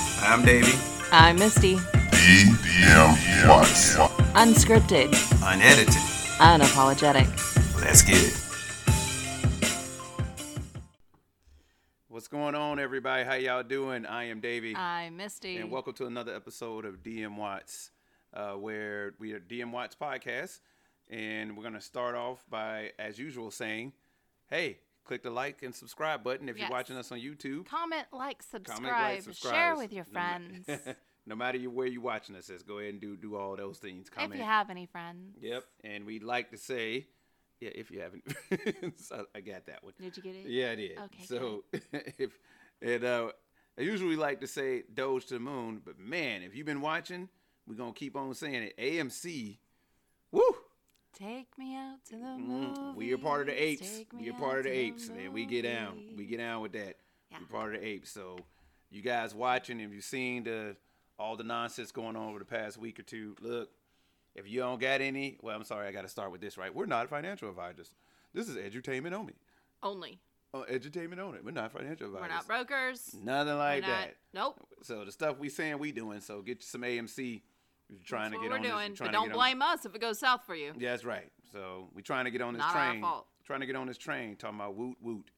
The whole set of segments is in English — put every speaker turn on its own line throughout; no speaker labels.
I'm Davey.
I'm Misty.
DM Watts.
Unscripted,
Unedited.
unapologetic.
Let's get it. What's going on, everybody? How y'all doing? I am Davey,
I'm Misty.
and welcome to another episode of DM Watts, uh, where we are DM Watts podcast, and we're gonna start off by, as usual, saying, "Hey, click the like and subscribe button if
Yes.
you're watching us on YouTube."
Comment, like, subscribe,
Comment, like, subscribe.
share with your
No ma-
friends.
no matter you- where you're watching us, let's go ahead and do do all those things. Comment,
if you have any friends.
Yep. And we'd like to say, yeah, if you haven't, so I got that one.
Did you get it?
Yeah, I did.
Okay,
So if and uh, I usually like to say Doge to the Moon, but man, if you've been watching, we're gonna keep on saying it. AMC, woo.
Take me out to the
Mm,
movies.
We are part of the apes.
Take me
We are
out
part of
to
the apes, and we get down. We
movies.
get down with that.
Yeah.
We're part of the apes. So, you guys watching, if you've seen the all the nonsense going on over the past week or two, look. If you don't got any, well, I'm sorry, I got to start with this, right? We're not financial advisors. This is edutainment only.
Only.
Oh, edutainment only. We're not financial
We're
advisors.
not brokers.
Nothing like
We're not,
that.
nope.
So the stuff we saying we doing. So get you some AMC. If you're trying
That's
to
what
get
we're
on
doing.
this,
but
trying to
don't
get on-
blame us if it goes south for you.
yeah, that's right. So we trying to get on this
Not our
train.
fault.
Trying to get on this train, talking about woot woot.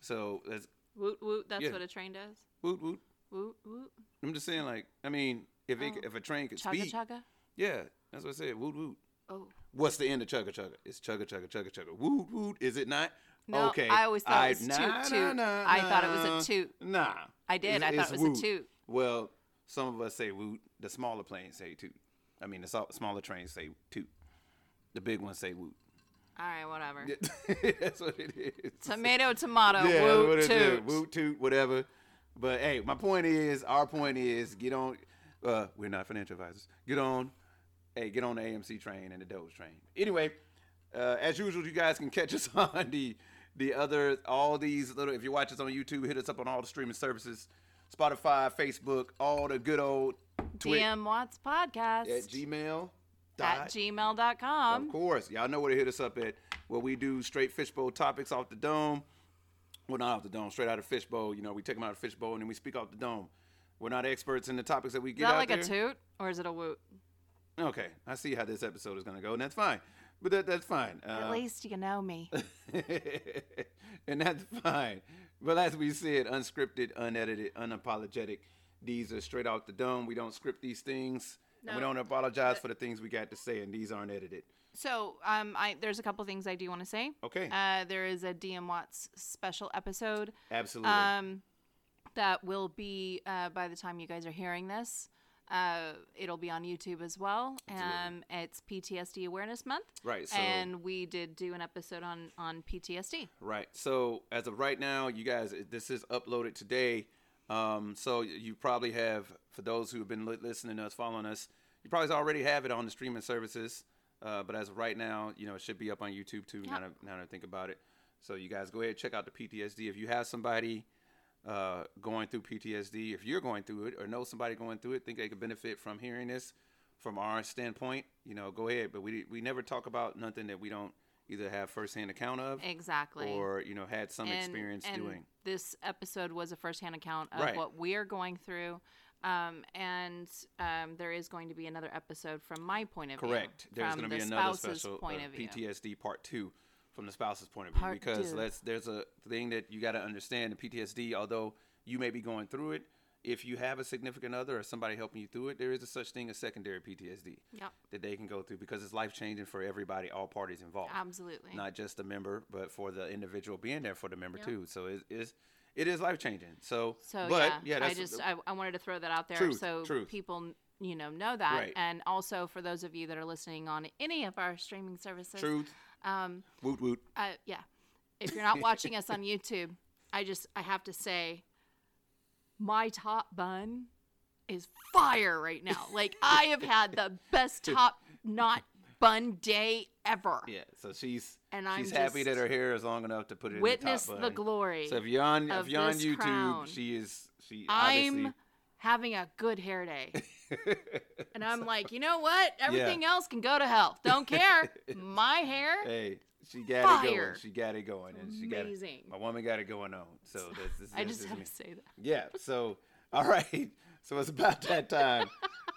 So that's
Woot woot. That's
Yeah.
what a train does.
woot woot.
Woot woot.
I'm just saying, like, I mean, if it,
Oh.
if a train could
Chugga
speak,
chugga.
yeah, that's what I said. Woot woot.
Oh.
What's the end of chugga chugga? It's chugga chugga chugga chugga. Woot woot. Is it not?
No,
okay.
I always thought it was toot,
nah,
toot.
nah, nah,
I thought it was a
nah.
toot.
Nah.
I did.
It's-
I thought
it's
it was a
woot.
toot.
Well, some of us say woot. The smaller planes say toot. I mean, the so- smaller trains say toot. The big ones say woot.
All right, whatever.
that's what it is.
Tomato, tomato.
yeah,
Uh, woot
what it
toot.
do, woot toot, whatever. But hey, my point is, our point is, get on. Uh, we're not financial advisors. Get on. Hey, get on the AMC train and the Doge train. Anyway, uh, as usual, you guys can catch us on the the other all these little. If you watch us on YouTube, hit us up on all the streaming services, Spotify, Facebook, all the good old Twitter at
DM Watts Podcast
Gmail
at
dot
gmail.com.
of course, y'all know where to hit us up at. Where we do straight fishbowl topics off the dome. Well, not off the dome, straight out of fishbowl. You know, we take them out of fishbowl and then we speak off the dome. We're not experts in the topics that we
Is
get
that
out
like
there.
a toot or is it a woot?
Okay, I see how this episode is gonna go, and that's fine. But that, that's fine.
At
Uh,
least you know me.
and that's fine. But as we said, unscripted, unedited, unapologetic. These are straight off the dome. We don't script these things. And we
No.
don't apologize for the things we got to say, and these aren't edited.
So, um, I there's a couple things I do want to say.
Okay,
Uh, there is a DM Watts special episode
absolutely.
um, that will be uh, by the time you guys are hearing this. Uh, it'll be on YouTube as well. Um, it's PTSD Awareness Month,
right. So
and we did do an episode on on PTSD.
Right. So as of right now, you guys, this is uploaded today. Um, so you probably have, for those who have been li- listening to us, following us, you probably already have it on the streaming services. Uh, but as of right now, you know, it should be up on YouTube too. Now, that, now that I think about it, so you guys go ahead check out the PTSD. If you have somebody uh, going through PTSD, if you're going through it or know somebody going through it, think they could benefit from hearing this from our standpoint, you know, go ahead. But we we never talk about nothing that we don't either have firsthand account of
Exactly.
or you know had some
and-
experience
and
doing
This episode was a firsthand account of
Right.
what we are going through. Um, and um, there is going to be another episode from my point of
correct
view.
there's
from
going to be
the
another
spouse's
special uh,
point
of
of view.
ptsd part two from the spouse's point of view
Part
because
two.
that's there's a thing that you got to understand in ptsd although you may be going through it if you have a significant other or somebody helping you through it there is a such thing as secondary ptsd
Yep,
that they can go through because it's life changing for everybody all parties involved
absolutely.
not just the member but for the individual being there for the member too so it is it is life changing so
so
but
yeah, I
that's
just I, I wanted to throw that out there
Truth,
so
truth.
people you know know that,
Right.
and also for those of you that are listening on any of our streaming services,
truth
um,
woot woot
uh, yeah if you're not watching us on youtube i just i have to say my top bun is fire right now like i have had the best top knot bun day ever
Yeah, so she's
And I'm
she's happy that
just-
her hair is long enough to put it
witness
in
the,
the top bun.
glory
So if you're on if
of
you're on
this
YouTube,
crown.
she is she
i'm
obviously
having a good hair day and i'm like you know what everything else can go to hell don't care my hair
hey she got it going.
Fire.
She got it going, and she got it.
Amazing.
My woman got it going on. So that's this,
i
this
just
is
have
me.
to say that
yeah. So all right. So it's about that time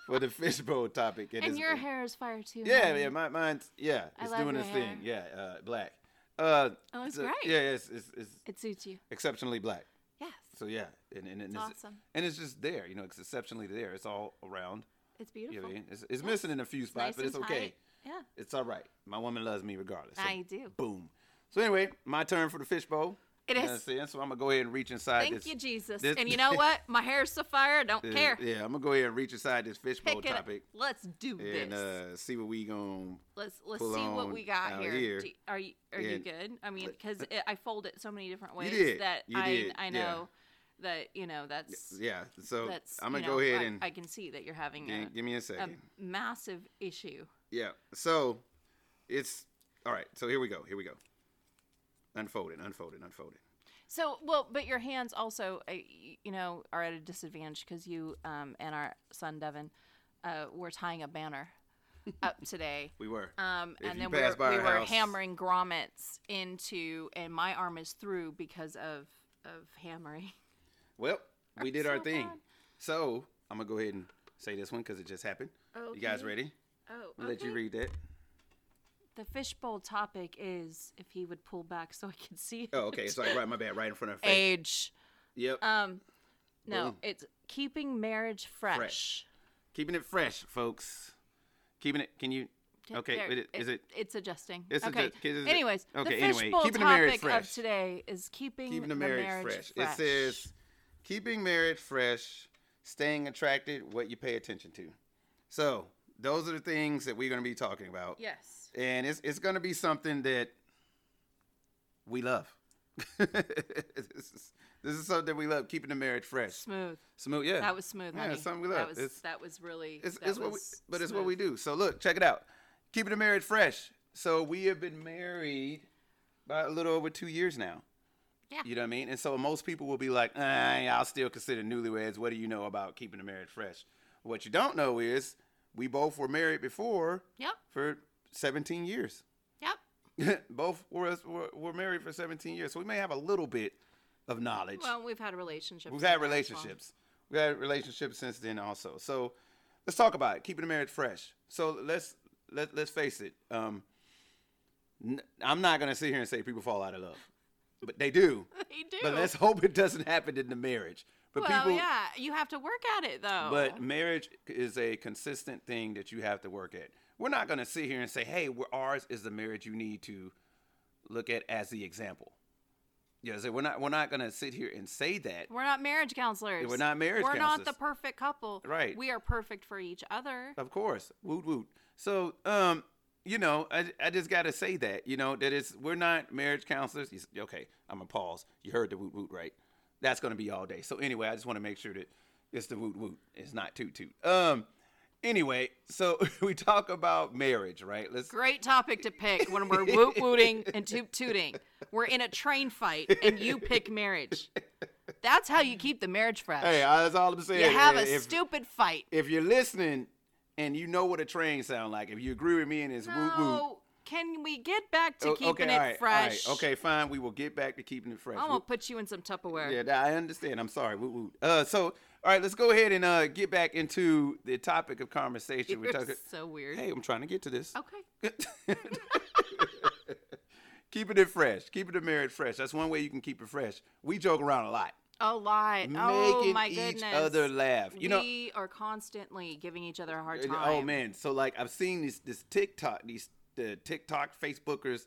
for the fishbowl topic. It
And
is-
your hair is fire too.
Yeah,
honey.
yeah, my, mine's yeah,
I
it's
love
doing
your
its thing. Yeah,
hair. Oh,
uh, black. Uh,
It looks
so-
great.
Yeah, it's, it's it's
It suits you.
exceptionally black.
Yes.
So yeah, and and, and
It's
it's
awesome.
and it's just there. You know, it's exceptionally there. It's all around.
It's
You know
beautiful.
what I mean? It's, it's missing in a few spots,
nice
but it's
and
okay.
tight. Yeah.
It's all right. My woman loves me regardless. So
I do.
Boom. So anyway, my turn for the fishbowl. You
It
know what
is.
I'm saying? So I'm gonna go ahead and reach inside.
Thank
this,
you, Jesus.
this-
and you know what? My hair's so fire. I don't
uh,
care.
Yeah, I'm gonna go ahead and reach inside this fishbowl
Pick it. up.
topic
Let's do
and
this.
uh, see what we gonna.
let's let's
pull
see what
on
we got
out
here.
here.
Do- are you are you
And-
good? I mean, because I fold it so many different ways
did.
that
You
I
did.
I
Yeah.
know that you know that's
Yeah. So
that's.
I'm
you
gonna
know,
go ahead
I, Um,
and
I can see that you're having
yeah,
a,
give me a
a
second.
massive issue.
Yeah. So it's all right. So here we go. Here we go. Unfold it. Unfold it. Unfold it.
So well, but your hands also uh, y- you know are at a disadvantage because you um, and our son Devin uh, were tying a banner up today.
We were.
Um,
If
and
you
then we were,
pass by
we
our
were
house-
hammering grommets into, and my arm is through because of of hammering.
well, we did our
so
thing.
bad.
So I'm gonna go ahead and say this one because it just happened. You guys
Okay.
ready?
Oh,
I'll let you read that.
The fishbowl topic is if he would pull back so I could see
Oh, okay. It's like right, my bad, right in front of her face.
age.
Yep.
Um, no,
Boom.
it's keeping marriage fresh.
Keeping it fresh, folks. Keeping it. Can you? Okay.
There-
it- is it?
It's adjusting.
It's
okay.
adjust- is it-
Anyways, the
okay, anyway,
fishbowl
keeping the marriage
topic of
fresh.
today is keeping,
Keeping the marriage, fresh. It
fresh.
says, keeping marriage fresh, staying attracted, what you pay attention to. So those are the things that we're gonna be talking about.
yes.
and it's it's gonna be something that we love. this, is, this is something we love, keeping the marriage fresh,
Smooth.
smooth. Yeah,
That was smooth.
Yeah,
honey.
it's something we
That
love.
was
It's-
that was really.
It's,
that
it's what we,
was
but it's what we
smooth.
do. So look, check it out, keeping the marriage fresh. So we have been married by a little over two years now.
Yeah.
You know what I mean? And so most people will be like, "Ah, yeah, I'll still consider newlyweds. What do you know about keeping the marriage fresh? What you don't know is we both were married before
Yep.
for 17 years.
Yep.
both were, were were married for 17 years, so we may have a little bit of knowledge.
Well, we've had relationships.
We've
for
had
that long.
relationships. We've had relationships since then also. So let's talk about it. Keeping the marriage fresh. So let's let let's face it. Um, n- I'm not gonna sit here and say people fall out of love, but they do.
They do.
But let's hope it doesn't happen in the marriage. But
well,
people,
yeah, you have to work at it though.
but marriage is a consistent thing that you have to work at. We're not going to sit here and say, "Hey, we're, ours is the marriage you need to look at as the example." You know, so we're not we're not going to sit here and say that.
we're not marriage counselors.
We're not marriage
We're not the
counselors.
perfect couple.
Right.
We are perfect for each other.
Of course, woot woot. So, um, you know, I, I just got to say that you know that it's we're not marriage counselors. You s- okay, I'm gonna pause. You heard the woot woot, right? That's gonna be all day. So anyway, I just want to make sure that it's the woot woot. It's not toot toot. Um, anyway, so we talk about marriage, right? Let's
Great topic to pick when we're woot wooting and toot tooting. We're in a train fight and you pick marriage. That's how you keep the marriage fresh.
Hey, I- that's all I'm saying.
you have
man.
a
if,
stupid fight.
if you're listening and you know what a train sound like, if you agree with me and it's woot woot,
No, can we get back to
o-
keeping
okay,
it
all right,
fresh?
All right, okay, fine. We will get back to keeping it fresh.
I'm
Woot-
gonna put you in some Tupperware.
Yeah, that- I understand. I'm sorry. Woot woot. Uh, so, all right, let's go ahead and uh, get back into the topic of conversation. We're
You're
talking.
so weird.
Hey, I'm trying to get to this.
Okay.
Keeping it fresh. Keeping the marriage fresh. That's one way you can keep it fresh. We joke around a lot,
A lot. oh
making
my
each
goodness.
other laugh. You know.
we are constantly giving each other a hard
And-
time.
Oh man, so like I've seen this this TikTok, these the TikTok Facebookers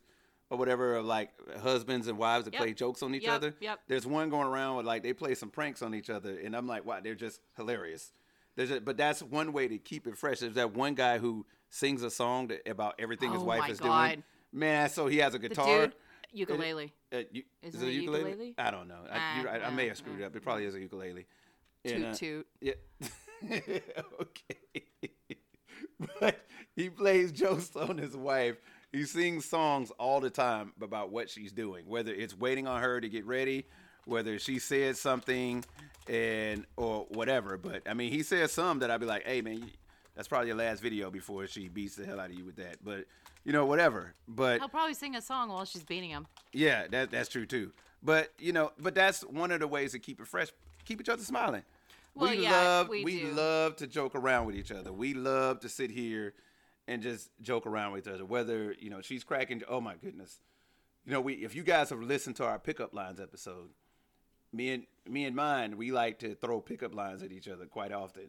or whatever of like husbands and wives that
Yep.
play jokes on each
Yep,
other.
yep.
There's one going around with like they play some pranks on each other, and I'm like, wow, they're just hilarious. There's a, but that's one way to keep it fresh. There's that one guy who sings a song that, about everything his
Oh,
wife
my
is
God.
doing. Man, so he has a
The
guitar.
dude, ukulele.
Uh, you,
Isn't
is it a
it a
ukulele?
ukulele?
I don't know. I, you're
Ah,
right. I may
ah,
have screwed it up. It probably is a ukulele. And, uh,
Toot toot.
yeah. okay. but he plays jokes on his wife. He sings songs all the time about what she's doing, whether it's waiting on her to get ready, whether she said something, and or whatever. But I mean, he says some that I'd be like, "Hey, man, you- that's probably your last video before she beats the hell out of you with that." But you know, whatever. But
He'll probably sing a song while she's beating him.
yeah, that that's true too. But you know, but that's one of the ways to keep it fresh. Keep each other smiling.
Well,
we
yeah,
love
we do.
love to joke around with each other. We love to sit here and just joke around with each other. Whether you know she's cracking, oh my goodness, you know we if you guys have listened to our pickup lines episode, me and me and mine, we like to throw pickup lines at each other quite often.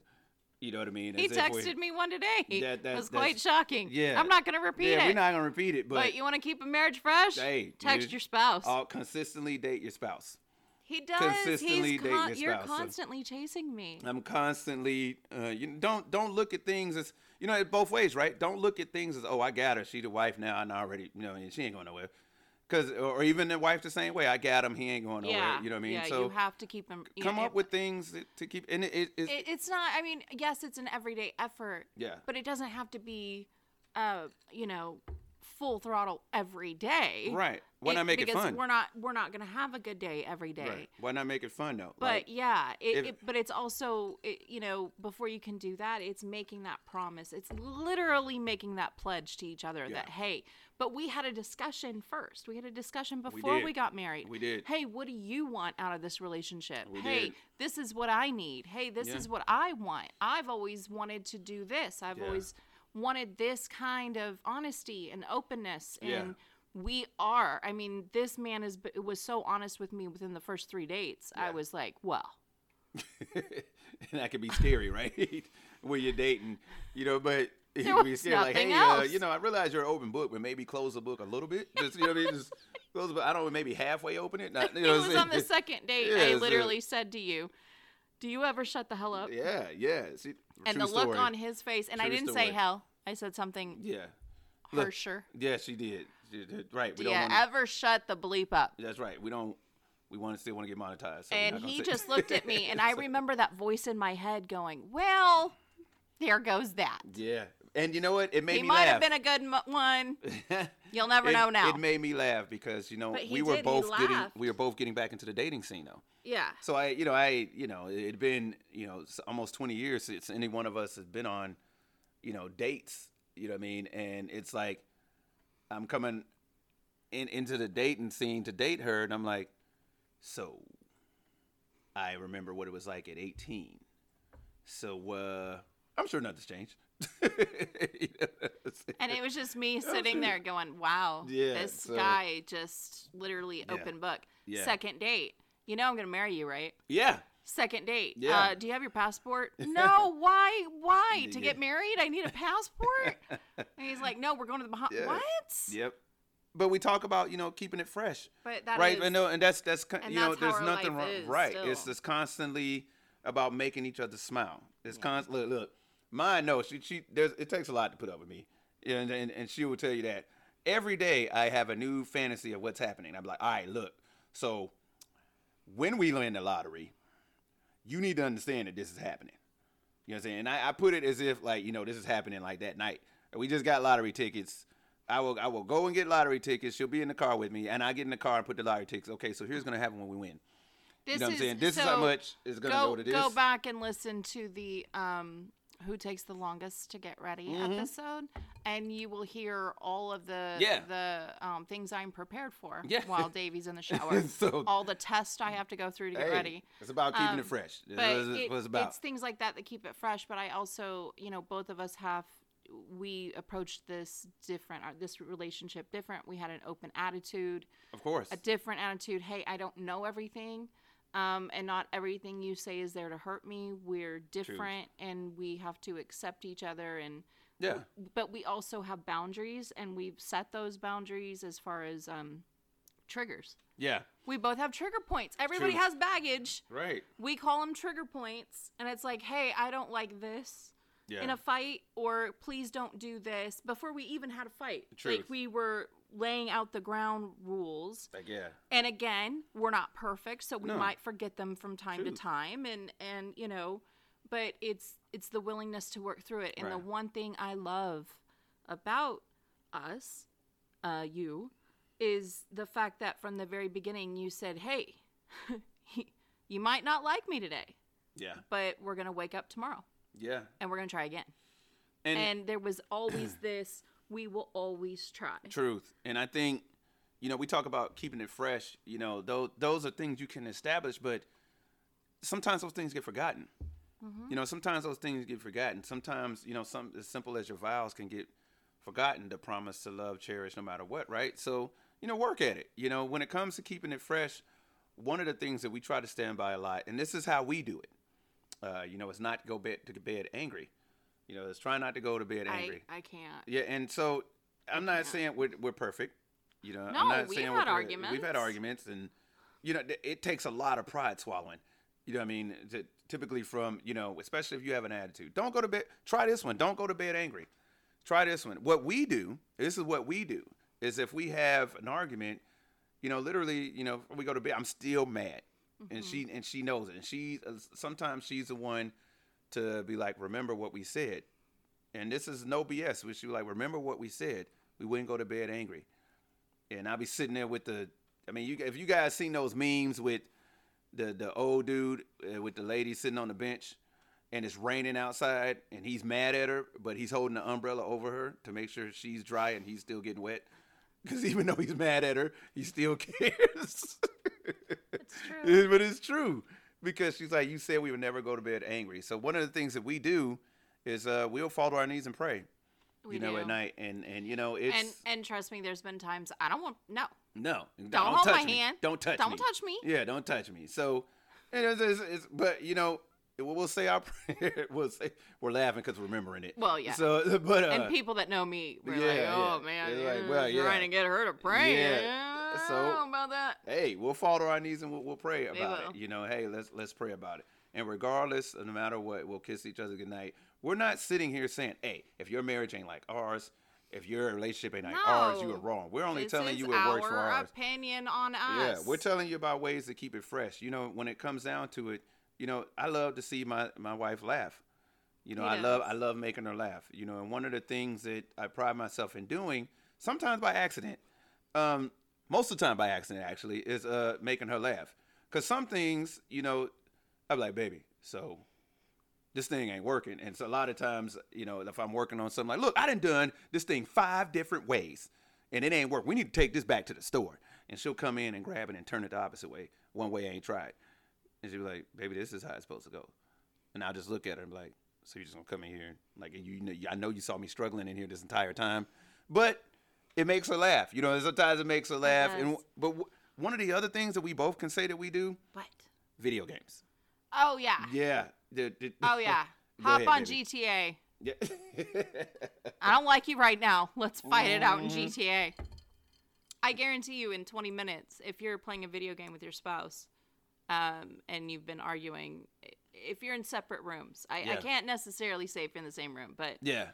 You know what I mean?
He
As if we're-
texted me one today.
That-
That,
that- that's-
was quite shocking.
yeah.
I'm not going to repeat
Yeah,
it.
we're not gonna repeat it,
but,
but,
you want to keep a marriage fresh?
hey,
Text
dude,
your spouse.
uh, consistently date your spouse.
he does.
consistently
He's
date
con-
your
you're
spouse, so-
constantly chasing me.
I'm constantly uh, you don't don't look at things as you know it both ways, right? Don't look at things as oh I got her, she the wife now, and I already you know and she ain't going nowhere, because or or even the wife the same way I got him, he ain't going nowhere.
yeah.
You know what I mean?
Yeah,
so
you have to keep him. you
come
know,
up with things that- to keep and it, it, it's-
It, it's not. I mean, yes, it's an everyday effort.
Yeah.
But it doesn't have to be, uh, you know, full throttle every day.
right. Why not make it
because
fun?
we're not we're not gonna have a good day every day.
Right. Why not make it fun though?
But
Like,
yeah, it,
if-
it, but it's also it, you know before you can do that, it's making that promise. It's literally making that pledge to each other that
Yeah.
hey, but we had a discussion first. We had a discussion before we,
did.
got married.
We did.
Hey, what do you want out of this relationship?
We
hey,
did.
this is what I need. Hey, this
Yeah.
is what I want. I've always wanted to do this. I've
Yeah.
always wanted this kind of honesty and openness
Yeah.
and we are i mean this man is was so honest with me within the first three dates i
Yeah.
was like well
and that could be scary, right? when you're dating, you know, but.
There
you'd be
was
scared, like,
nothing
hey, uh,
else.
you know, I realize you're an open book, but maybe close the book a little bit. Just, you know what I mean? Just close the book. I don't know, maybe halfway open it. Not, you know
it
what I'm
was
saying?
on the second date
Yeah,
i
it's, uh,
literally said to you do you ever shut the hell up
Yeah, yeah. See,
and
true
the look
story.
on his face and i
True
didn't say
story.
hell i said something
Yeah, look,
harsher
yeah, she did. She did. Right. We
do you
don't. Wanna,
ever shut the bleep up
that's right. We don't. We want to still want to get monetized. So we're
and
not gonna
he
say-
just looked at me and i remember that voice in my head going well there goes that
yeah. And you know what? It made
he
me
might
laugh.
have been a good mo- one
been
you'll never
it,
know now
It made me laugh because you know
But he
we were
did, he
both getting
laughed.
we were both getting back into the dating scene though.
yeah
So I, you know, I, you know, it had been, you know, s- almost 20 years since any one of us has been on, you know, dates. You know what I mean? And it's like, I'm coming in into the dating scene to date her, and I'm like, so, I remember what it was like at 18. So, uh, I'm sure nothing's changed. You know what I'm saying?
And it was just me sitting there going, wow,
Yeah,
this
so-
guy just literally open book.
Yeah.
Second date. You know I'm going to marry you, right?
yeah,
Second date.
Yeah.
Uh, do you have your passport? no. Why? Why? To
Yeah.
get married, I need a passport? and he's like, no, we're going to the Bahamas.
Yeah.
What?
yep. But we talk about, you know, keeping it fresh.
But that
right
is-
and no and that's that's con-
and
you know
that's how
there's
our
nothing
life
wrong
is
right it's
still.
just constantly about making each other smile it's const look look mine no she she there's it takes a lot to put up with me and and, and she will tell you that every day i have a new fantasy of what's happening i'm like all right look so when we land the lottery you need to understand that this is happening you know what I'm saying? And I, I put it as if like, you know, this is happening like that night. We just got lottery tickets. I will I will go and get lottery tickets. She'll be in the car with me, and I get in the car and put the lottery tickets. Okay, so here's gonna happen when we win.
This
you know what I'm
is,
saying? This is
so
how much is gonna go,
go,
to this.
go back and listen to the um, Who Takes the Longest to Get Ready
Mm-hmm.
episode, and you will hear all of the
Yeah.
the um, things I'm prepared for
Yeah.
while Davey's in the shower.
So-
all the tests I have to go through to get
Hey,
ready.
It's about keeping
Um,
it fresh. That's
But
what it's-
it-
what it's about.
it's things like that that keep it fresh. But I also, you know, both of us have we approached this different, our, this relationship different. We had an open attitude
of course.
a different attitude. Hey, I don't know everything, um, and not everything you say is there to hurt me. We're different, and we have to accept each other. And
yeah.
but we also have boundaries, and we've set those boundaries as far as um, triggers.
Yeah.
We both have trigger points. Everybody
True.
has baggage.
Right.
We call them trigger points, and it's like, hey, I don't like this
Yeah.
in a fight or please don't do this before we even had a fight
Truth.
like we were laying out the ground rules
like yeah.
and again we're not perfect so we
No.
might forget them from time
True.
to time and and you know but it's it's the willingness to work through it and the
Right.
one thing i love about us uh you is the fact that from the very beginning you said hey you might not like me today
Yeah.
but we're gonna wake up tomorrow
Yeah.
and we're gonna try again
And,
and there was always this we will always try
truth. And I think, you know, we talk about keeping it fresh, you know, those those are things you can establish, but sometimes those things get forgotten.
Mm-hmm.
You know, sometimes those things get forgotten. Sometimes, you know, some as simple as your vows can get forgotten the promise to love, cherish no matter what, right? So, you know, work at it. You know, when it comes to keeping it fresh, one of the things that we try to stand by a lot, and this is how we do it. Uh, you know, it's not go bed to bed angry. You know, it's try not to go to bed
I,
angry.
I can't.
yeah, and so I'm not saying we're, we're perfect. You know,
No,
I'm not
we've
saying
had
we're, We've had
arguments.
arguments, and you know, th- it takes a lot of pride swallowing. You know, what I mean, t- typically from you know, especially if you have an attitude. Don't go to bed. Try this one. Don't go to bed angry. Try this one. What we do, this is what we do, is if we have an argument, you know, literally, you know, we go to bed. I'm still mad,
Mm-hmm.
and she and she knows it. And she sometimes she's the one to be like, remember what we said, and this is no BS. We should be like, remember what we said. We wouldn't go to bed angry and I'll be sitting there with the. I mean, you if you guys seen those memes with the the old dude uh, with the lady sitting on the bench, and it's raining outside, and he's mad at her, but he's holding the umbrella over her to make sure she's dry and he's still getting wet. Because even though he's mad at her, he still cares.
It's true.
but it's true because she's like, you said we would never go to bed angry. So one of the things that we do is uh, we'll fall to our knees and pray.
We
you know,
do.
at night, and and you know, it's
And and trust me, there's been times I don't want no.
no,
Don't hold
touch
my
me.
hand.
Don't touch
Don't
me.
touch me.
Yeah, don't touch me. So, it is, it's, it's, but you know, we'll we'll say our prayer. We'll say we're laughing because we're remembering it.
Well, yeah.
So, but uh,
and people that know me were
yeah,
like,
yeah.
"Oh man,
They're
you're
like, well, yeah.
trying to get her to pray."
Yeah.
I
So-
don't know about that.
hey, we'll fall to our knees and we'll, we'll pray about it.
will.
You know, hey, let's let's pray about it. And regardless, no matter what, we'll kiss each other goodnight. We're not sitting here saying, hey, if your marriage ain't like ours, if your relationship ain't like ours, you
No.
were wrong. We're only
this
telling
is
you what works for
our
ours.
opinion on
Yeah,
us.
we're telling you about ways to keep it fresh. You know, when it comes down to it, you know, I love to see my my wife laugh. You know,
He
I love
does.
I love making her laugh. You know, and one of the things that I pride myself in doing, sometimes by accident, um, most of the time by accident actually, is uh making her laugh. Cause some things, you know, I'm like, baby, so this thing ain't working. And so a lot of times, you know, if I'm working on something like, look, I done done this thing five different ways and it ain't work. We need to take this back to the store. And she'll come in and grab it and turn it the opposite way. One way I ain't tried. And she'll be like, baby, this is how it's supposed to go. And I'll just look at her and be like, so you're just gonna come in here, like and you, you know, I know you saw me struggling in here this entire time, but it makes her laugh. You know, sometimes it makes her laugh. And
does.
but w- one of the other things that we both can say that we do,
But
video games.
oh yeah,
Yeah. The- the-
oh yeah.
Go
Hop
ahead,
on
baby.
GTA.
Yeah.
I don't like you right now. Let's fight it out in GTA. I guarantee you, in 20 minutes, if you're playing a video game with your spouse um, and you've been arguing, i- if you're in separate rooms, I, I
Yeah.
can't necessarily say if you're in the same room, but
yeah.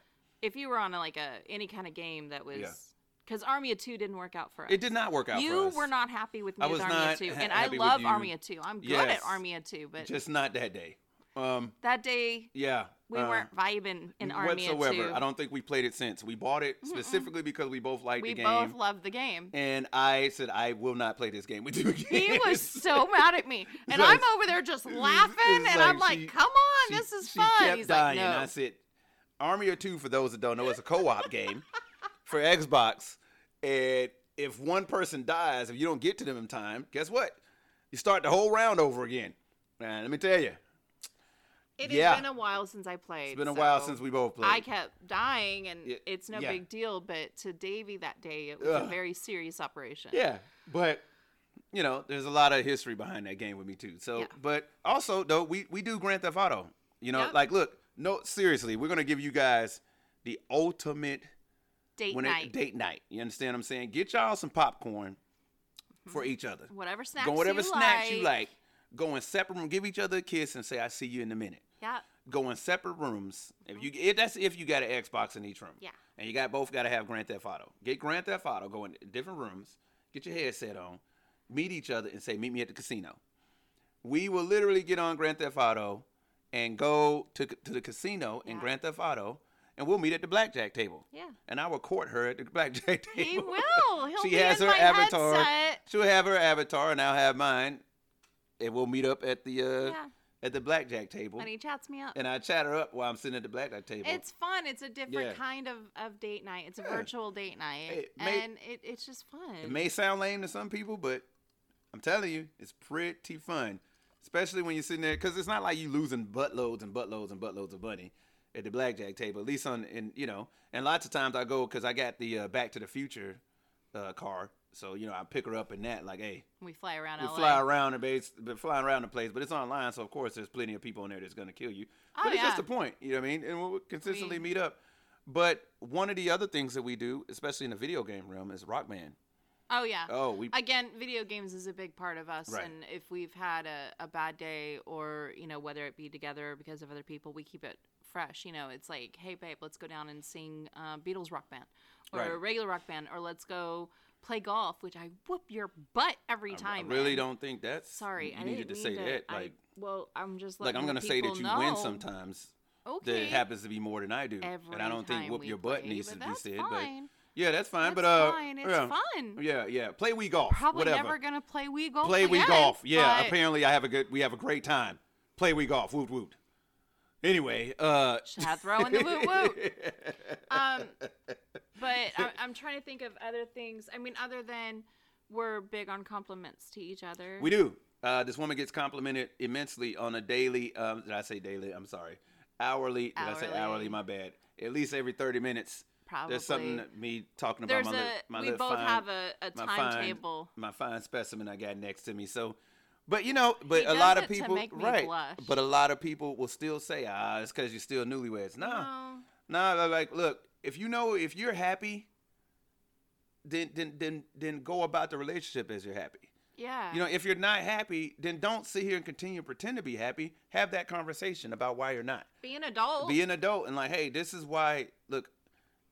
if you were on a, like a any kind of game that was,
Yeah.
because Army of Two didn't work out for us.
It did not work out for
You
us.
were not happy with me
I
with
was
Army
not
of Two,
ha-
and I
happy with
love
you.
Army of Two. I'm good
Yes.
at Army of Two, but
just not that day. Um
that day
yeah.
we
uh,
weren't vibing in Army of
whatsoever.
Two.
I don't think we played it since. We bought it specifically because we both liked
we
the game.
both loved the game.
and I said I will not play this game with you again.
He was so mad at me. And
Yes.
I'm over there just laughing.
It's
And I'm
like
like,
she-
come on,
She-
this is
she
fun.
Kept
He's
dying.
like, no.
I said, Army or Two, for those that don't know, it's a co-op game for Xbox. And if one person dies, if you don't get to them in time, guess what? You start the whole round over again. Man, let me tell you,
It
yeah.
has been a while since I played.
it's been a while
so
since we both played.
I kept dying, and
Yeah,
it's no
yeah.
big deal. But to Davey that day, it was a
Ugh.
very serious operation.
Yeah, but you know, there's a lot of history behind that game with me too. So,
Yeah.
but also though, we we do Grand Theft Auto. You know,
Yep.
like look, no, seriously, we're gonna give you guys the ultimate
Date
when it-
night,
date night. You understand what I'm saying? Get y'all some popcorn for each other.
whatever Mm-hmm. snacks,
go whatever
you
snacks
like.
you like. Go in separate room, give each other a kiss, and say, "I see you in a minute."
Yeah,
Go in separate rooms. If you if that's if you got an Xbox in each room.
Mm-hmm. Yeah.
And you got both got to have Grand Theft Auto. Get Grand Theft Auto. Go in different rooms. Get your headset on. Meet each other and say, "Meet me at the casino." We will literally get on Grand Theft Auto and go to to the casino in
Yeah.
Grand Theft Auto, and we'll meet at the blackjack table.
Yeah.
And I will court her at the blackjack table.
he will. He'll
she
be
has
in
her
my
avatar.
headset.
She'll have her avatar, and I'll have mine, and we'll meet up at the uh,
Yeah.
at the blackjack table.
And he chats me up.
And I chat her up while I'm sitting at the blackjack table.
It's fun. It's a different
Yeah.
kind of, of date night. It's a
Yeah.
virtual date night,
It may-
and it, it's just fun.
it may sound lame to some people, but I'm telling you, it's pretty fun. especially when you're sitting there, because it's not like you losing buttloads and buttloads and buttloads of money at the blackjack table. At least on, and you know, and lots of times I go because I got the uh, Back to the Future uh, car, so you know I pick her up in that. Like, hey,
We fly around
we
LA.
fly around the base, but flying around the place, but it's online, so of course there's plenty of people in there that's gonna kill you.
Oh,
But it's just
yeah.
the point, you know what I mean? And we'll consistently
We-
meet up. But one of the other things that we do, especially in the video game realm, is Rock Band.
oh yeah.
Oh, we
Again, video games is a big part of us,
Right.
and if we've had a, a bad day, or you know, whether it be together or because of other people, we keep it fresh. You know, it's like, hey babe, let's go down and sing uh, Beatles rock band, or
Right.
a regular rock band, or let's go play golf, which I whoop your butt every
I-
time.
I really
man.
don't think that's
Sorry,
You
I
needed
didn't
to say
mean
that.
I-
Like,
well, I'm just
like I'm
letting
gonna say that
people
you
know.
win sometimes.
Okay.
That it happens to be more than I do,
Every
and I don't think
time
whoop
we
your butt
play,
needs
but
to
that's
be said.
Fine.
But yeah, that's fine.
That's
but uh,
fine. It's
yeah,
fun.
yeah, yeah. Play we golf.
Probably
whatever.
never gonna play Wii golf.
Play we
again,
golf. Yeah,
but-
apparently I have a good. We have a great time. Play we golf. Woot woot. Anyway, uh,
Should I throw in the woot woot? Um, but I'm, I'm trying to think of other things. I mean, other than we're big on compliments to each other.
we do. Uh, this woman gets complimented immensely on a daily. Um, did I say daily? I'm sorry. Hourly. Did I say
Hourly.
hourly? My bad. At least every 30 minutes.
probably
There's something that me talking about
There's
my
a
li- my
we
little
both
fine-
have a, a
my fine-
timetable.
my fine specimen I got next to me. So, but you know, but
He
a
does
lot of
it to
people,
make me
right?
blush.
But a lot of people will still say, ah, it's because you're still newlyweds. Nah,
No.
nah. they're Like, look, if you know if you're happy, then then then then go about the relationship as you're happy.
Yeah.
You know, if you're not happy, then don't sit here and continue to pretend to be happy. Have that conversation about why you're not
be an adult.
be an adult and like, hey, this is why. Look,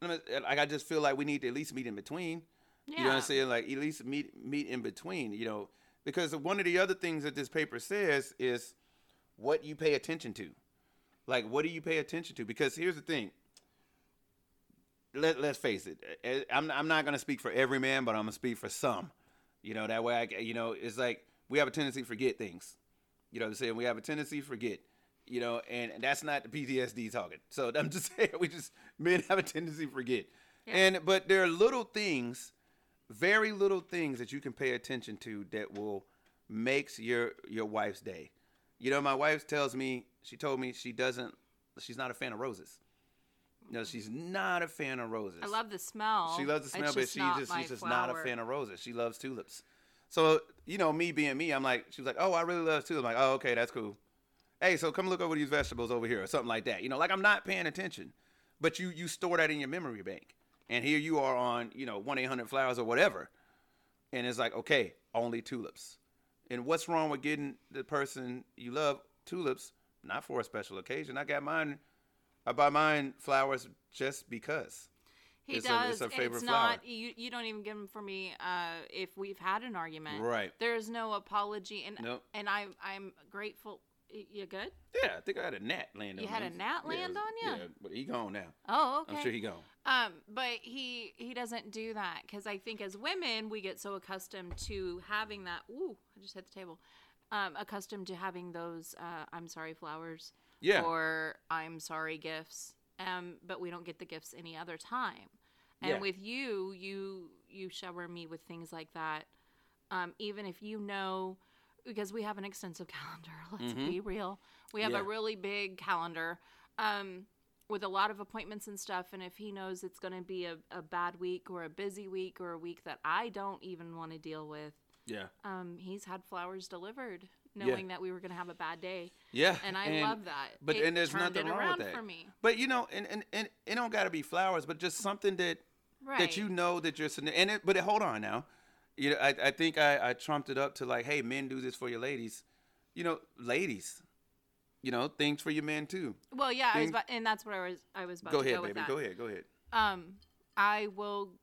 I'm a- like I just feel like we need to at least meet in between. You know what
Yeah.
I'm saying? Like at least meet meet in between. You know, because one of the other things that this paper says is what you pay attention to. Like, what do you pay attention to? Because here's the thing. Let Let's face it. eh, I'm I'm not gonna speak for every man, but I'm gonna speak for some. You know that way. I ca- you know it's like we have a tendency to forget things. You know what I'm saying? We have a tendency to forget, you know, and that's not the PTSD talking. So I'm just saying we just men have a tendency to forget. And but there are little things, very little things that you can pay attention to that will makes your your wife's day. You know, my wife tells me, she told me she doesn't she's not a fan of roses. No, she's not a fan of roses.
I love the smell.
She loves the smell,
It's
but
just
she
not
just
my
she's just not a
flower.
fan of roses. She loves tulips. So you know, me being me, I'm like, she was like, oh, I really love tulips. I'm like, oh, okay, that's cool. Hey, so come look over these vegetables over here, or something like that. You know, like I'm not paying attention, but you you store that in your memory bank, and here you are on you know one eight hundred flowers or whatever, and it's like, okay, only tulips. And what's wrong with getting the person you love tulips? Not for a special occasion. I got mine. I buy mine flowers just because.
He
It's a-
does.
it's a
and
favorite
it's
flower.
not you. You don't even get them for me uh, if we've had an argument.
Right.
There is no apology, and
Nope.
and I'm I'm grateful. Y- You good?
Yeah, I think I had a gnat land
You
on
had
me.
a gnat
Yeah,
land
it was-
on ya?
Yeah, but he gone now.
Oh, okay.
I'm sure he gone.
Um, but he he doesn't do that because I think as women we get so accustomed to having that. Ooh, I just hit the table. Um, accustomed to having those uh, I'm sorry flowers
Yeah.
or I'm sorry gifts. Um, but we don't get the gifts any other time. And
Yeah.
with you, you you shower me with things like that. Um, even if you know, because we have an extensive calendar. Let's
Mhm.
be real. We have
Yeah.
a really big calendar. Um, with a lot of appointments and stuff and if he knows it's going to be a, a bad week or a busy week or a week that i don't even want to deal with
yeah.
um, he's had flowers delivered
Yeah.
knowing that we were going to have a bad day
Yeah.
and i love that
But
It
and there's
turned
nothing
it
wrong
around
with that.
for me
But you know, and and, and it don't gotta be flowers, but just something that
right
that you know that you're signi- and it, but hold on now. You know, I, I think I, I trumped it up to like, hey, men do this for your ladies. You know, ladies. You know, things for your men too.
well yeah I was
think-
about, and that's what i was i was about
Go
to
ahead,
go with
baby.
that
Go ahead, go ahead.
um i will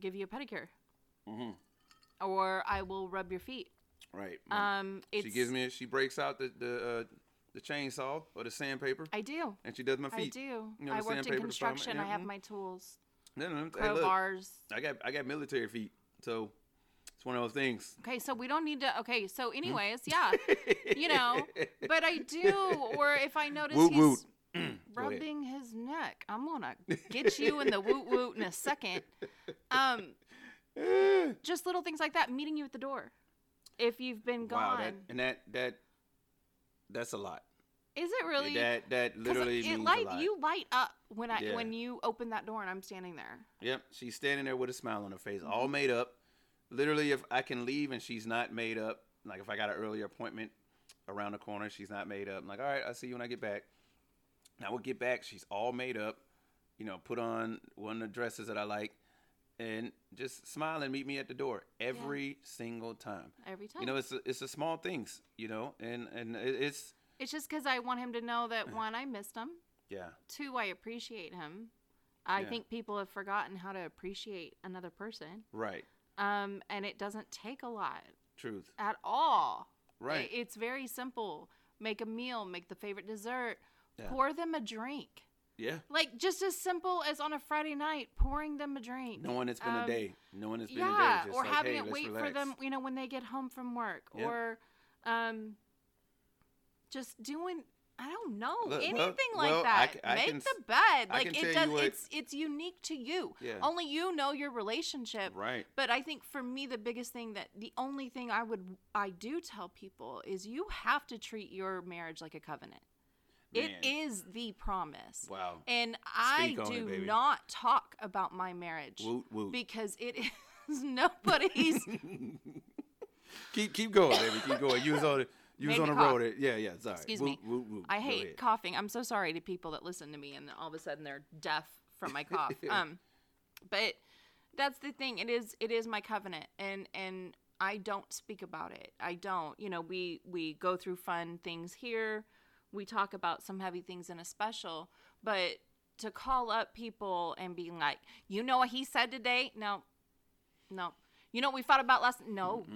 give you a pedicure or i will rub your feet
Mm-hmm. Right.
um it's
she gives me she breaks out the, the uh the chainsaw or the sandpaper
i do
and she does my feet.
i do
know,
i
the
worked
sandpaper
in
department,
construction i
yeah,
have
mhm.
my tools
No, no, no. Hey, look,
crowbars
I got I got military feet, so it's one of those things.
Okay, so we don't need to. Okay, so
Mm-hmm.
anyways, yeah, you know, but I do. Or if I notice
Woot
he's
woot. ahead.
rubbing his neck, I'm gonna get you in the woot woot in a second. Um, just little things like that. Meeting you at the door, if you've been gone.
Wow, that, and that that That's a lot.
Is it really?
That that
'Cause
literally
it
means a
light
lot.
you light up when I
Yeah.
when you open that door and I'm standing there.
Yep, she's standing there with a smile on her face,
Mm-hmm.
all made up. Literally, if I can leave and she's not made up, like if I got an earlier appointment around the corner, she's not made up. I'm like, all right, I'll see you when I get back. And I will get back. She's all made up, you know, put on one of the dresses that I like, and just smile and meet me at the door every single time.
Every time.
You know, it's the- it's the small things, you know, and and it, it's
it's just because I want him to know that
Uh-huh.
one, I missed him.
yeah,
Two, I appreciate him. I
Yeah.
think people have forgotten how to appreciate another person.
right,
Um, and it doesn't take a lot
truth,
at all.
right,
It- it's very simple. Make a meal, make the favorite dessert,
Yeah.
pour them a drink.
yeah.
Like just as simple as on a Friday night, pouring them a drink.
Knowing it's been a
Um,
day, knowing it's been a
yeah,
day, just
or
like,
having
hey,
it
let's
wait for
relax.
them, you know, when they get home from work,
Yep.
or um, just doing. I don't know
Look, well-
anything
well, I
like that.
c- I
Make
can s-
the bed.
I
Like
can tell you
it does.
what-
it's it's unique to you.
Yeah.
Only you know your relationship.
Right.
But I think for me, the biggest thing that the only thing I would I do tell people is you have to treat your marriage like a covenant.
Man.
It is the promise.
Wow.
And I
Speak on it,
do
baby.
not talk about my marriage
Woot woot.
because it is nobody's.
keep keep going, baby. Keep going. You was on it. You was
Made
on
me
a
cough.
road. it- Yeah, yeah. Sorry.
Excuse
Woot,
me.
woot, woot.
I
Go
hate
ahead.
coughing. I'm so sorry to people that listen to me and then all of a sudden they're deaf from my cough. um, but that's the thing. It is it is my covenant, and and I don't speak about it. I don't. You know, we we go through fun things here. We talk about some heavy things in a special, but to call up people and be like, you know what he said today? No, no. You know what we fought about last? No,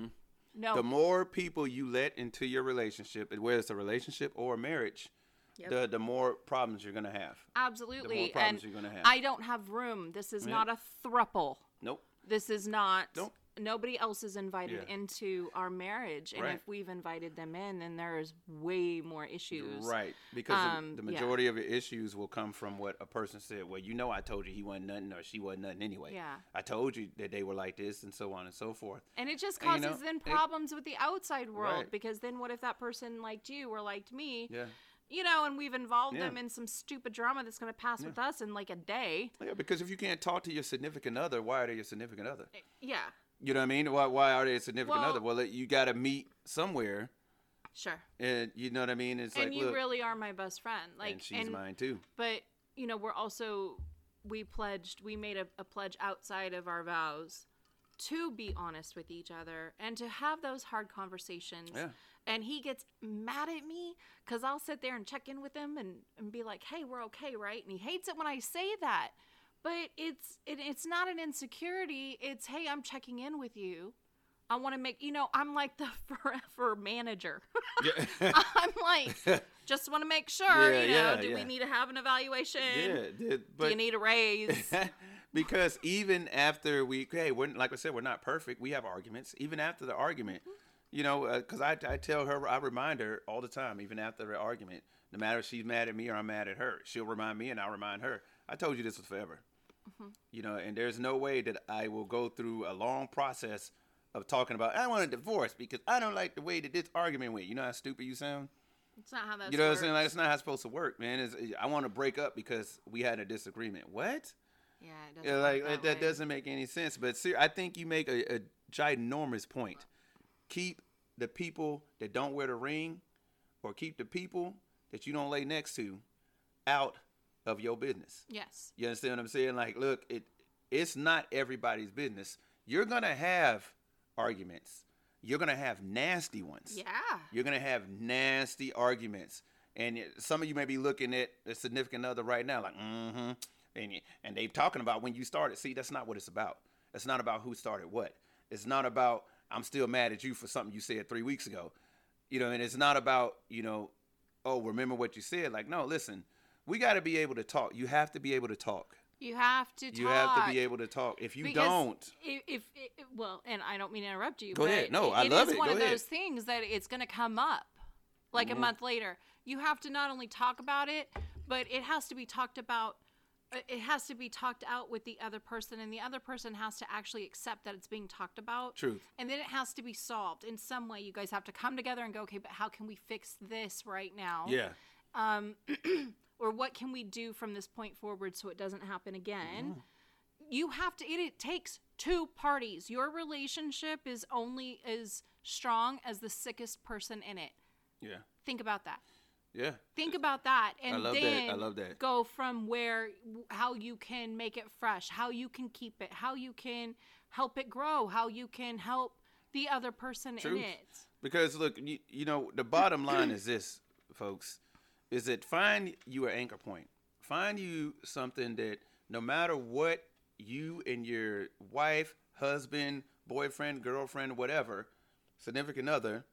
no.
The more people you let into your relationship, whether it's a relationship or a marriage,
Yep.
the the more problems you're gonna have.
Absolutely.
problems
and
you're gonna have.
I don't have room. This is not a thruple.
Nope.
This is not.
Nope.
Nobody else is invited
Yeah.
into our marriage, and
Right.
if we've invited them in, then there is way more issues.
Right, because the-
Um,
the
yeah.
majority of your issues will come from what a person said. Well, you know, I told you he wasn't nothing, or she wasn't nothing anyway.
Yeah.
I told you that they were like this, and so on and so forth.
And it just
And, you
causes
know,
then
it-
problems with the outside world
Right.
because then what if that person liked you or liked me?
Yeah,
You know, and we've involved
Yeah.
them in some stupid drama that's going to pass with us in like a day.
yeah. Because if you can't talk to your significant other, why are they your significant other?
Yeah,
You know what I mean? Why why are they a significant
Well-
other? Well, you got to meet somewhere.
sure.
And you know what I mean? It's
and
like,
you
look,
really are my best friend. Like,
and she's mine too.
but you know we're also we pledged we made a, a pledge outside of our vows to be honest with each other and to have those hard conversations
Yeah.
and he gets mad at me because i'll sit there and check in with him and, and be like hey we're okay right and he hates it when i say that but it's it, it's not an insecurity it's hey i'm checking in with you i want to make you know i'm like the forever manager
Yeah,
i'm like just want to make sure
Yeah,
you know
yeah,
do
yeah.
we need to have an evaluation
yeah. the-
do
But
you need a raise?
because even after we, hey, we're like I said, we're not perfect. We have arguments. Even after the argument, you know, because I, I tell her, I remind her all the time, even after the argument, no matter if she's mad at me or I'm mad at her, she'll remind me and I'll remind her. I told you this was forever. you know and there's no way that i will go through a long process of talking about i want a divorce because i don't like the way that this argument went you know how stupid you sound
It's not how that's.
you know what i'm saying like it's not how it's supposed to work man it's, i want to break up because we had a disagreement what
yeah, it doesn't
yeah, like
work
that,
way.
that doesn't make any sense but ser- i think you make a, a ginormous point keep the people that don't wear the ring or keep the people that you don't lay next to out of your business
Yes,
you understand what I'm saying? Like, look, it it's not everybody's business. You're gonna have arguments. You're gonna have nasty ones.
yeah,
You're gonna have nasty arguments, and it- some of you may be looking at a significant other right now, like, mm-hmm, and y- and they talking about when you started. See, that's not what it's about. It's not about who started what. It's not about I'm still mad at you for something you said three weeks ago. You know, and it's not about you know, oh, remember what you said. Like, no, listen, we got to be able to talk. You have to be able to talk.
you have to. Talk
You have to be able to talk. If you
because
don't,
If, if i- i- well, and I don't mean to interrupt you.
Go
but
ahead. No, I
it
love
is
it.
one
Go
of
ahead. Mm-hmm.
those things that it's going to come up, like a month later. You have to not only talk about it, but it has to be talked about it- it has to be talked out with the other person and the other person has to actually accept that it's being talked about
Truth.
and then it has to be solved in some way you guys have to come together and go okay but how can we fix this right now
Yeah.
um, or what can we do from this point forward so it doesn't happen again you have to it, it takes two parties your relationship is only as strong as the sickest person in it
Yeah.
think about that
Yeah.
think about that and
love that. I
then
love that.
go from where how you can make it fresh how you can keep it how you can help it grow how you can help the other person
Truth.
in it
Because look, you, you know, the bottom line is this, folks, is that find you an anchor point. Find you something that no matter what you and your wife, husband, boyfriend, girlfriend, whatever, significant other,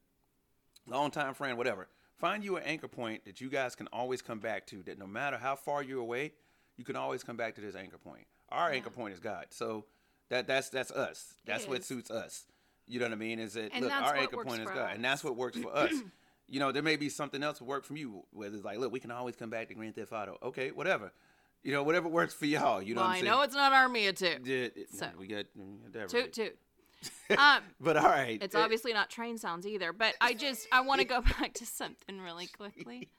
longtime friend, whatever, find you an anchor point that you guys can always come back to. That no matter how far you're away, you can always come back to this anchor point. Our anchor point is God. So that that's that's us. That's what
is.
suits us. You know what I mean? Is that
And
look,
that's
our
what
anchor
works
point is
for
God, and that's what works for us. You know, there may be something else work from you. Whether it's like, look, we can always come back to Grand Theft Auto. Okay, whatever. You know, whatever works for y'all. You know
well
what
i
I'm saying?
know it's not armia 2
Yeah, it-
So.
we got we got that
toot
right.
toot um
But all right, eh,
It's
it-
obviously not train sounds either, but I just I want to go back to something really quickly.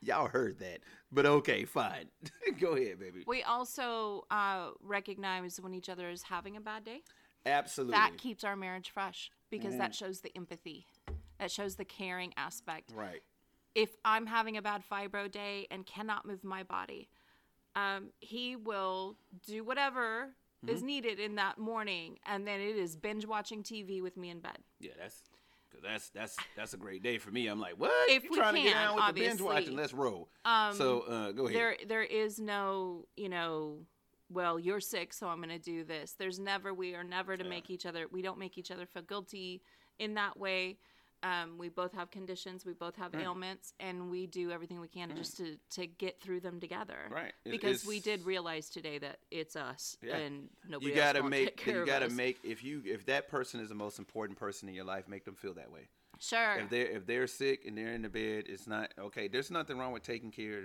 y'all heard that. But okay, fine. Go ahead, baby.
We also uh, recognize when each other is having a bad day.
Absolutely. Mm-hmm.
That keeps our marriage fresh because that shows the empathy, that shows the caring aspect.
right.
If I'm having a bad fibro day and cannot move my body, um, he will do whatever is needed in that morning, and then it is binge watching TV with me in bed.
Yeah, that's because that's that's that's a great day for me. I'm like, what?
If
you
we
trying to get
can,
down with the binge watching?
obviously.
Let's roll.
Um,
so uh, go ahead.
there there is no you know well you're sick so i'm going to do this there's never we are never to make each other we don't make each other feel guilty in that way um, we both have conditions we both have ailments and we do everything we can just to to get through them together
Right. It-
because we
it's-
did realize today that it's us
Yeah.
and nobody
you
else
gotta
won't take
make
care
you
of
gotta
us.
make if you if that person is the most important person in your life, make them feel that way.
sure
If they're if they're sick and they're in the bed, it's not okay. There's nothing wrong with taking care of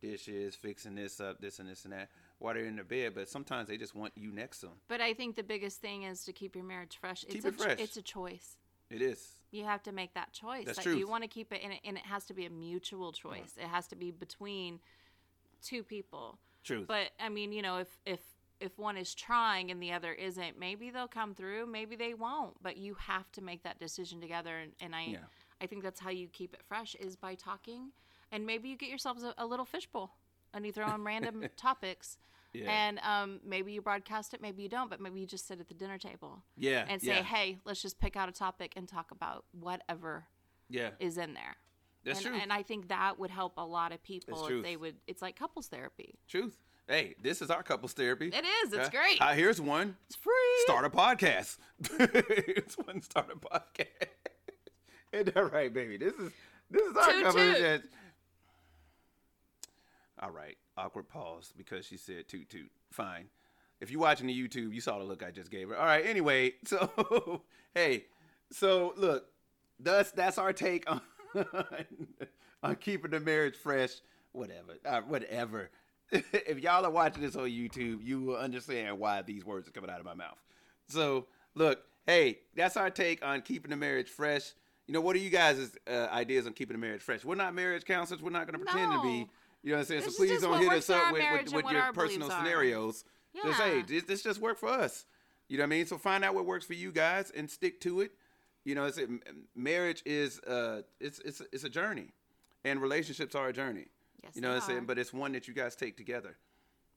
the dishes, fixing this up, this and this and that while they're in the bed. But sometimes they just want you next to them.
but i think the biggest thing is to keep your marriage fresh
Keep
it's a
it fresh.
it's a choice
It is.
you have to make that choice
That's
that
truth.
you want to keep it and, it and it has to be a mutual choice it has to be between two people
Truth.
but i mean you know if if if one is trying and the other isn't maybe they'll come through maybe they won't but you have to make that decision together and, and i
Yeah.
i think that's how you keep it fresh is by talking and maybe you get yourselves a, a little fishbowl and you throw in random topics
Yeah.
and um, maybe you broadcast it maybe you don't but maybe you just sit at the dinner table
yeah.
and say,
Uh, yeah,
"Hey, let's just pick out a topic and talk about whatever
yeah,
is in there."
that's
and,
true.
and I think that would help a lot of people
truth.
if they would. It's like couples therapy.
truth. Hey, this is our couples therapy.
It is. It's
Huh?
great.
Uh, here's one.
it's free.
Start a podcast. it's one start a podcast. Ain't that right, baby? This is this is our
Toot
conversation. All right. Awkward pause because she said toot toot. Fine. If you're watching the YouTube, you saw the look I just gave her. All right. Anyway, so hey, so look, that's that's our take on on keeping the marriage fresh. Whatever, uh, whatever. if y'all are watching this on YouTube, you will understand why these words are coming out of my mouth. So look, hey, that's our take on keeping the marriage fresh. You know, what are you guys' uh, ideas on keeping the marriage fresh? We're not marriage counselors. We're not going to pretend to be.
No.
You know what I'm saying?
This
so
is
please
just
don't
what
hit
works
us
for our
up with,
marriage
with,
and
with
what
your
our beliefs
personal
are.
scenarios. Just hey,
Yeah.
this, this just worked for us. You know what I mean? So find out what works for you guys and stick to it. You know, it's a, m- marriage is uh, it's it's it's a journey, and relationships are a journey.
Yes,
you know
they
what I'm saying?
are.
But it's one that you guys take together.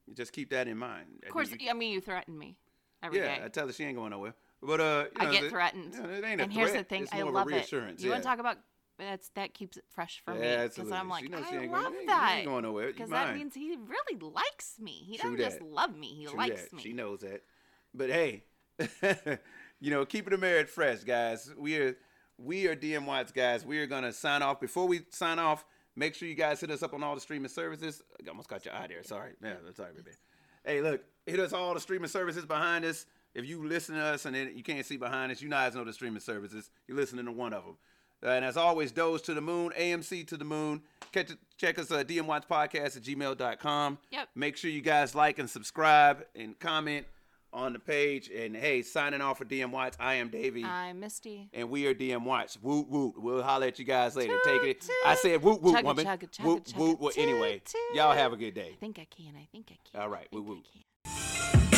You Just keep that in mind. I
Of course,
think you-
I mean you threaten me every day.
yeah, I tell her she ain't going nowhere. But uh, you know,
I get
it-
threatened.
yeah, it ain't a
and here's the
threat.
thing,
It's
I
more of a
love it. You
reassurance,
want
yeah.
to talk about that's that keeps it fresh for
Yeah,
me because
absolutely.
I'm like,
She knows she
I
ain't going-
love
you ain't- you
that
ain't going nowhere. You
that
mine.
means he really likes me. He
True
doesn't just
that.
love me; he
True
likes
that.
me.
She knows that. But hey, you know, keeping the marriage fresh, guys. We are we are DM Watts, guys. We are gonna sign off. Before we sign off, make sure you guys hit us up on all the streaming services. I almost got your eye there. Sorry, yeah, sorry, baby. Hey, look, hit us all the streaming services behind us. If you listen to us and then you can't see behind us, you guys know the streaming services. You're listening to one of them. Uh, and as always, Doze to the Moon, AMC to the Moon. Catch, check us uh, at dmwatchpodcast at gmail.com.
Yep.
Make sure you guys like and subscribe and comment on the page. And hey, signing off for DM Watts, I am Davey.
I'm Misty.
and we are DM Watch. Woot woot. We'll holler at you guys later. Take it. I said woot woot,
Chugga,
woman.
chugga, chugga,
woot
chugga,
woot. Well,
toot,
anyway,
toot.
y'all have a good day.
I think I can. I think I can.
All right,
I think
woo,
I
woo.
can.